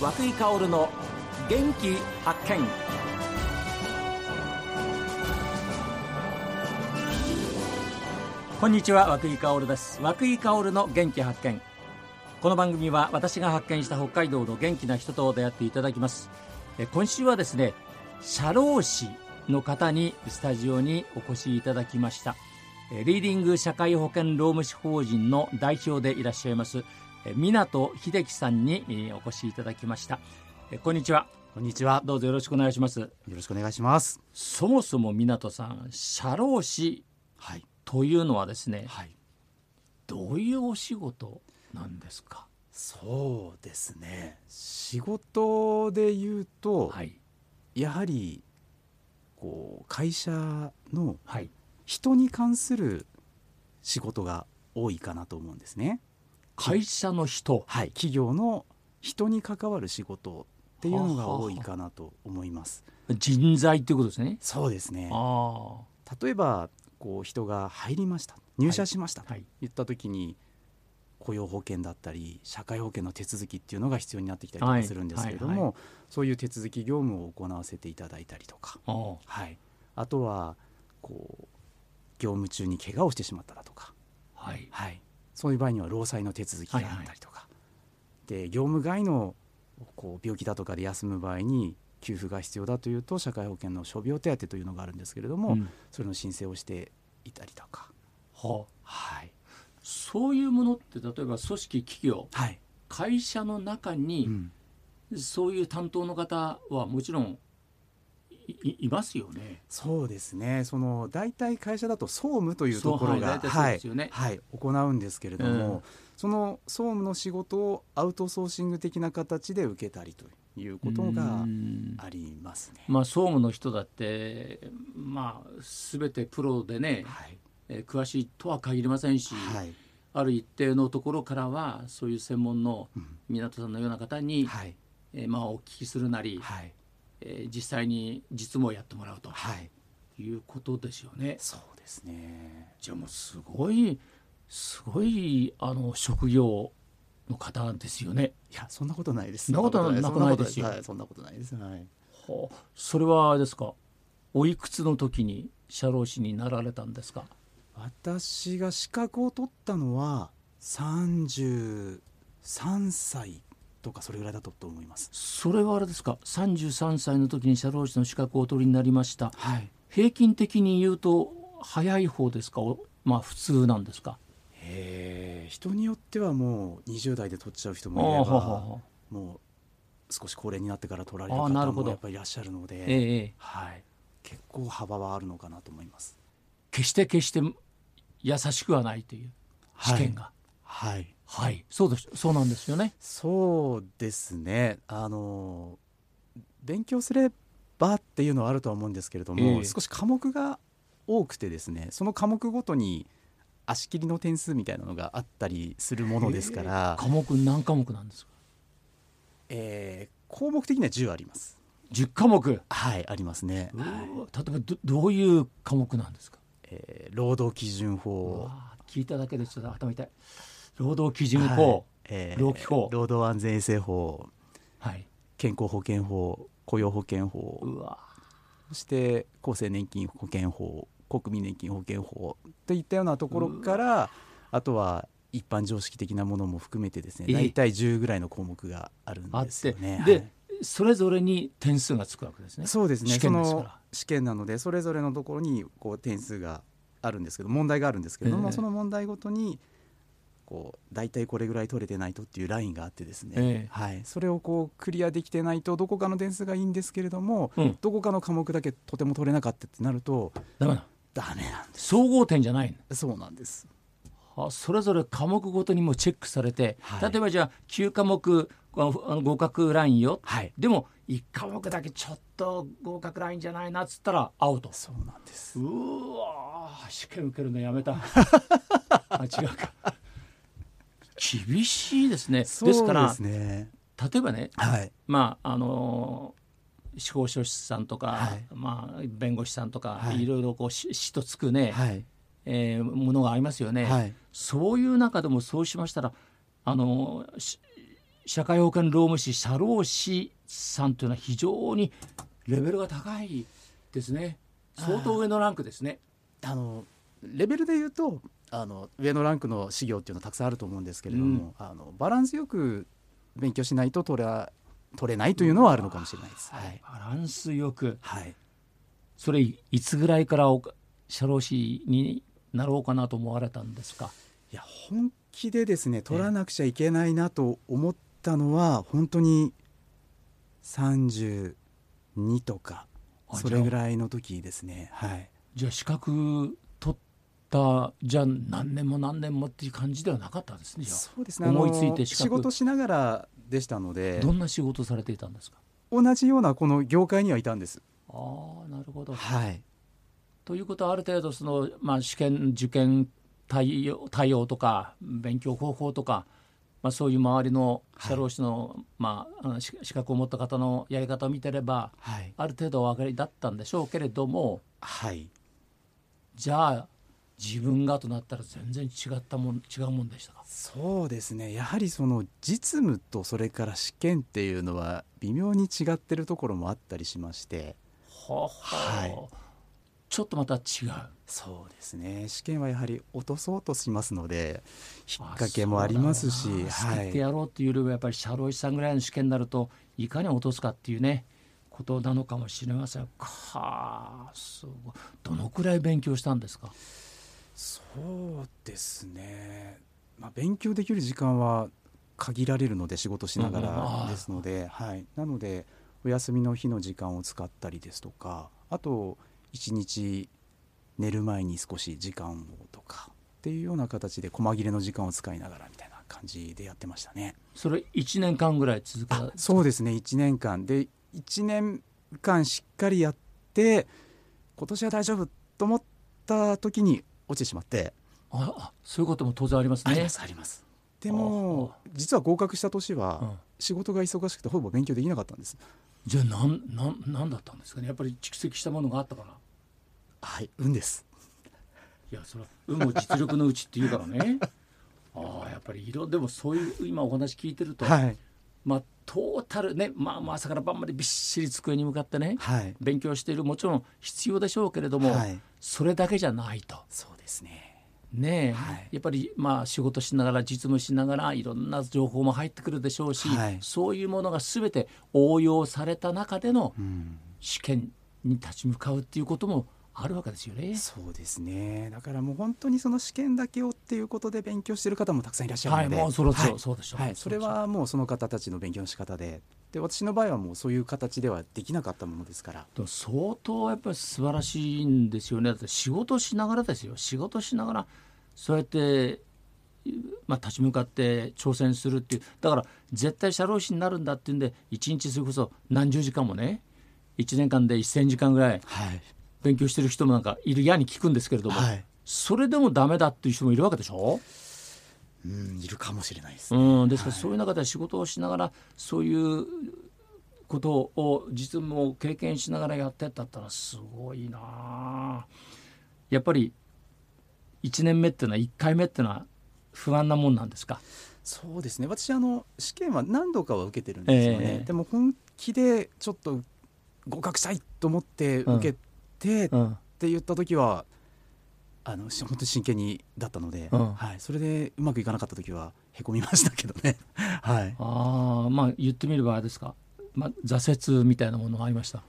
松井香織の元気発見こんにちは和井香織です和井香織の元気発見この番組は私が発見した北海道の元気な人と出会っていただきますえ今週はですね社労士の方にスタジオにお越しいただきましたえリーディング社会保険労務士法人の代表でいらっしゃいますえ港秀樹さんにえーお越しいただきましたえこんにちはこんにちは。よどうぞよろしくお願いしますろしくお願いします。そもそも港さん社労士はい。というのはですねはい。どういうお仕事なんですかそうですね。仕事で言うと、はいやはりこう会社のはい人に関する仕事が多いかなと思うんですね。会社の人はい。企業の人に関わる仕事っていうのが多いかなと思います。人材ということですねそうですね。あ例えばこう人が入りました。入社しました。あはい言った時に雇用保険だったり社会保険の手続きっていうのが必要になってきたりとはいかするんですけれども、はいはそういう手続き業務を行わせていただいたりとか、ああはい、あとはこう業務中に怪我をしてしまっただとか、はいはい、そういう場合には労災の手続きがあったりとか、で業務外のこう病気だとかで休む場合に給付が必要だというと社会保険の傷病手当というのがあるんですけれどうも、んそれの申請をしていたりとか。はあはい、そういうものって例えば組織企業はい会社の中うにんそういう担当の方はもちろんいいいますよね。そうですね。その大体会社だと総務というところがそうはい大体そうはでいすよねはい行うんですけれども、うんその総務の仕事をアウトソーシング的な形で受けたりということがうんありますね。まあ総務の人だってまあ全てプロでね、はいえー詳しいとは限りませんし、はいある一定のところからはそういう専門のうん港さんのような方に、はいえーまあお聞きするなり、はいえー実際に実務をやってもらうとはいいうことですよね。そうですね。じゃあもうすごいすごいあの職業の方ですよね。いやそんなことないでそす。んなことはなくないですよはいそんなことないです。はい。はあそれはあれですかおいくつの時に社労士になられたんですか私が資格を取ったのは三十三歳とかそれぐらいだったと思います。それはあれですか33歳の時に社労士の資格をお取りになりましたはい。平均的に言うと早い方ですかおまあ普通なんですかえー人によってはもう20代で取っちゃう人ああもいれはあばはあもう少し高齢になってから取られるあーなるほ方もどやっぱりいらっしゃるのえで、えええはい、結構幅はあるのかなと思います。決して決して優しくはないという試験がはい、はいはい、そうですそうなんですよねそうですねあのー勉強すればっていうのはあるとは思うんですけれども、ええ少し科目が多くてですねその科目ごとに足切りの点数みたいなのがあったりするものですから、科目何科目なんですかえー項目的には10あります。 10科目はいありますね。うわはい例えばどどういう科目なんですかえー労働基準う法、わ聞いただけでちょっと頭痛い労働基準法はいえ労基法労働安全衛生法はい、健康保険法雇用保険法うわそして厚生年金保険法国民年金保険法といったようなところからあとは一般常識的なものも含めてですえねえ大体10ぐらいの項目があるんあっですてよね。で、はいそれぞれに点数がつくわけですねそうですね試験ですそかのら試験なのでそれぞれのところにこう点数があるんですけど問題があるんですけれども、ええその問題ごとにこう大体これぐらい取れてないとっていうラインがあってですね、ええはい、それをこうクリアできてないとどこかの点数がいいんですけれども、うんどこかの科目だけとても取れなかったってなるとダメだダメなんで総合点じゃないすそうなんですのあそれぞれ科目ごとにもチェックされて、はい例えばじゃあ9科目あのあの合格ラインよはいでも1科目だけちょっと合格ラインじゃないなっつったらアウトそうなんですうーわー試験受けるのや めたあ違うか厳しいですねですからそうですね例えばねはいまああのー司法書士さんとか、はいまあ、弁護士さんとか、はいい、ろいろこうししとつくね、はいえーものがありますよね、はいそういう中でもそうしましたらあのーし社会保険労務士社労士さんというのは非常にレベルが高いですね相当上のランクですねあのレベルで言うとあの上のランクの資料っていうのはたくさんあると思うんですけれども、あのバランスよく勉強しないと取れ取れないというのはあるのかもしれないです。はい、バランスよくはい、それいつぐらいからお社労士になろうかなと思われたんですかいや本気でですね取らなくちゃいけないなと思ったのは本当に32とかあそれぐらいの時ですね。はいじゃあ資格取ったじゃあ何年も何年もっていう感じではなかったですねじゃあそうですね思いついてあの資仕格事しながらでしたのでどんな仕事されていたんですか同じようなこの業界にはいたんです。ああなるほどはい、ということはある程度その、まあ、試験受験対応対応とか勉強方法とか、まあ、そういう周りの社労士の、まああの、し資格を持った方のやり方を見てればはい、ある程度お分かりだったんでしょうけれどもはい、じゃあ自分がとなったら全然違ったもん違うもんでしたかそうですねやはりその実務とそれから試験っていうのは微妙に違ってるところもあったりしましてはは、はいちょっとまた違うそうですね試験はやはり落とそうとしますので引っあ掛けもありますしそうだろうなは救ってい、やろうっていうよりはやっぱり社労士さんぐらいの試験になるといかに落とすかっていうねことなのかもしれませんかあすごいどのくらい勉強したんですかそうですね、まあ、勉強できる時間は限られるので仕事しながうんうんあらーですので、はい、なのでお休みの日の時間を使ったりですとかあと一日寝る前に少し時間をとかっていうような形で細切れの時間を使いながらみたいな感じでやってましたね。それ1年間ぐらい続けたそうですね1年間で1年間しっかりやって今年は大丈夫と思った時に落ちてしまってああそういうことも当然ありますねありますでも実は合格した年うはん仕事が忙しくてほぼ勉強できなかったんですじゃあなんなんなんだったんですかねやっぱり蓄積したものがあったからはい運ですいやそれは運も実力のうちっていうからね ああやっぱりいろでもそういう今お話聞いてると、はいまあトータルね、まあ、まあ朝から晩までびっしり机に向かってねはい勉強しているもちろん必要でしょうけれども、はいそれだけじゃないとそうですねねえ、はいやっぱりまあ仕事しながら実務しながらいろんな情報も入ってくるでしょうし、はいそういうものが全て応用された中でのうん試験に立ち向かうっていうこともあるわけですよね。そうですねだからもう本当にその試験だけをっていうことで勉強している方もたくさんいらっしゃはるい、ので、もうそろそはろいそうでしょう、はい、それはもうその方たちの勉強の仕方でで私の場合はもうそういう形ではできなかったものですからでも相当やっぱり素晴らしいんですよねだって仕事しながらですよ仕事しながらそうやって、まあ、立ち向かって挑戦するっていうだから絶対社労士になるんだっていうんで一日それこそ何十時間もね1年間で1,000時間ぐらいはい、勉強してる人もなんかいるやに聞くんですけれども、はいそれでもダメだっていう人もいるわけでしょうんいるかもしれないです、うん、ですからそういう中で仕事をしながらそういうことを実務を経験しながらやってったったらすごいなあやっぱり1年目ってのは1回目ってのは不安なもんなんですかそうですね私あの試験は何度かは受けてるんですよね、ええでも本気でちょっと合格したいと思って受けてっうんて言った時は、あのし本当に真剣にだったので、うんはい、それでうまくいかなかった時はへこみましたけど ねはいああまあ言ってみればあれですか、まあ、挫折みたいなものがありました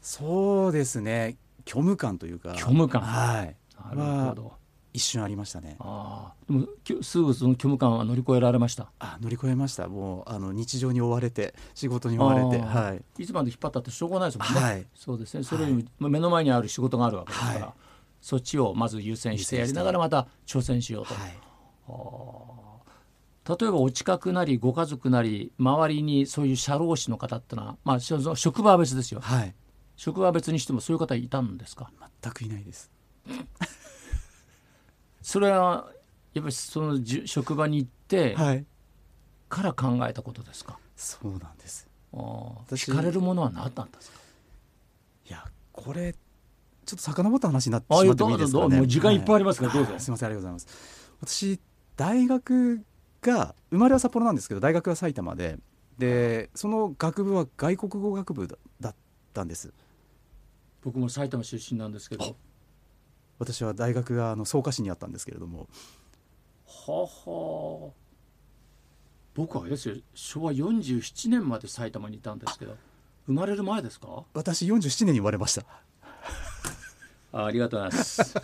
そうですね虚無感というか虚無感はいなるほど一瞬ありましたねああでもきゅすぐその虚無感は乗り越えられましたあ乗り越えましたもうあの日常に追われて仕事に追われあてはーいいつまで引っ張ったってしょうがないですもんね、はいそうですねそれよりもまあ目の前にある仕事があるわけですから、はいそっちをまず優先してやりながらまた挑戦しようと、はい例えばお近くなりご家族なり周りにそういう社労士の方ってのは、まあ、その職場は別ですよはい職場は別にしてもそういう方いたんですか全くいないですそれはやっぱりそのじゅ職場に行ってはいから考えたことですか、そうなんですああ私惹かれるものは何だったんですかいやこれちょっと遡った話になってああしいまやってもいいですかどうぞどうぞねもう時間いっぱいありますからはどうぞすみませんありがとうございます私大学が生まれは札幌なんですけど大学は埼玉ででその学部は外国語学部だだったんです僕も埼玉出身なんですけどは私は大学があの草加市にあったんですけれどもは僕はあれですよ昭和47年まで埼玉にいたんですけど生まれる前ですか私47年に生まれましたあありがとうございます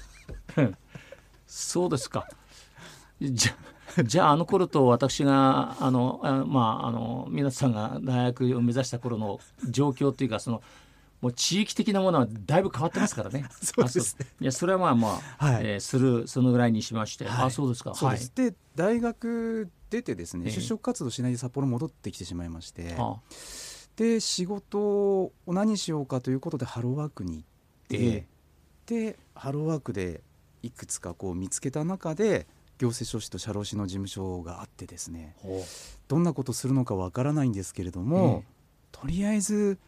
そうですかじゃじゃああの頃と私があのあまああの皆さんが大学を目指した頃の状況というかそのもう地域的なものはだいぶ変わってますからねそうですあ そういやそれはまあまあ、はいえーするそのぐらいにしまして、あそうですかそうはでいす、で大学出てですね、ええ就職活動しないで札幌戻ってきてしまいましてあで仕事を何しようかということでハローワークに行って、えでハローワークでいくつかこう見つけた中で行政書士と社労士の事務所があってですねほどんなことするのかわからないんですけれども、とりあえず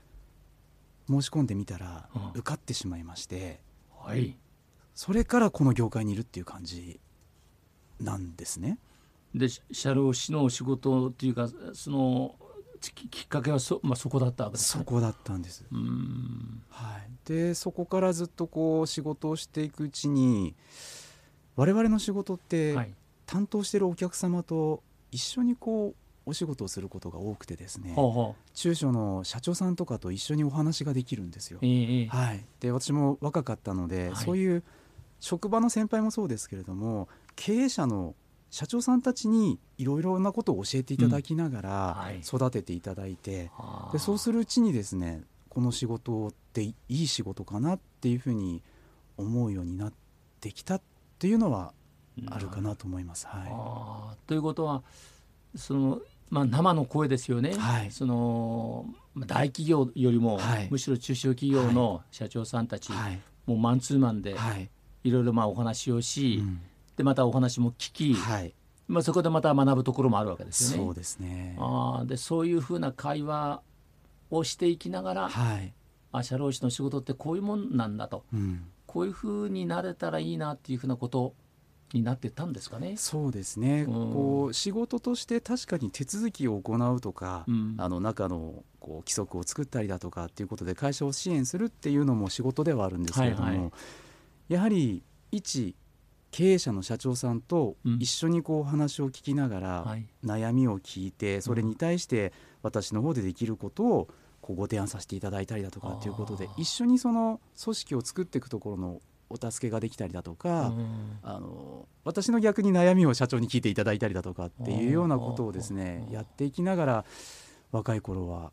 申し込んでみたらうん受かってしまいまして、うはいそれからこの業界にいるっていう感じなんですね。でし社労士のお仕事っていうかそのききっかけはそ,、まあ、そこだったわけですそねこだったんですうーんはい、でそこからずっとこう仕事をしていくうちに我々の仕事ってはい担当しているお客様と一緒にこうお仕事をすることが多くてですねほうほう中小の社長さんとかと一緒にお話ができるんですよ。ええええはい、で私も若かったので、はいそういう職場の先輩もそうですけれども経営者の社長さんたちにいろいろなことを教えていただきながうんはらい育てていただいて、あでそうするうちにですねこの仕事っていい仕事かなっていうふうに思うようになってきたっていうのはあるかなと思います。はあーということはその、まあ、生の声ですよね、はいそのまあ大企業よりも、はいむしろ中小企業の社長さんたい、ち、はいもうマンツーマンではいいろいろまあお話をし、うんでまたお話も聞き、はいまあ、そこでまた学ぶところもあるわけですよね。そうですね。あーでそういうふうな会話をしていきながら、はい、あ社労士の仕事ってこういうもんなんだとうん、こういうふうになれたらいいなっていうふうなことになってったんですかね。そうですね、うんこう仕事として確かに手続きを行うとか、うんあの中のこう規則を作ったりだとかっていうことで会社を支援するっていうのも仕事ではあるんですけれども、はいはいやはり一経営者の社長さんとうん一緒にこう話を聞きながらはい悩みを聞いてそれに対して私の方でできることをこうご提案させていただいたりだとかっていうことであー一緒にその組織を作っていくところのお助けができたりだとか、うんあの私の逆に悩みを社長に聞いていただいたりだとかっていうようなことをですねあーやっていきながら若い頃は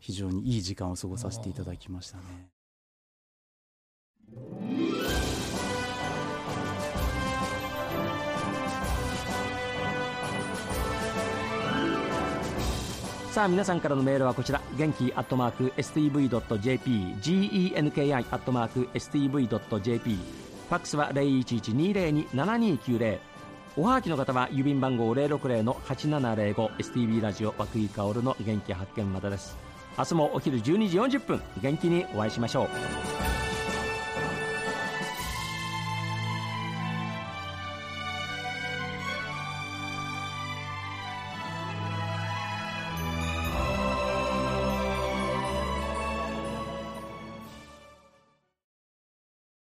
非常にいい時間を過ごさせていただきましたね。さあ皆さんからのメールはこちら元気アットマーク STV.jp genki アットマーク STV.jp ファックスは0112027290おはがきの方は郵便番号 060-8705STV ラジオ和久井薫の元気発見までです明日もお昼12時40分元気にお会いしましょう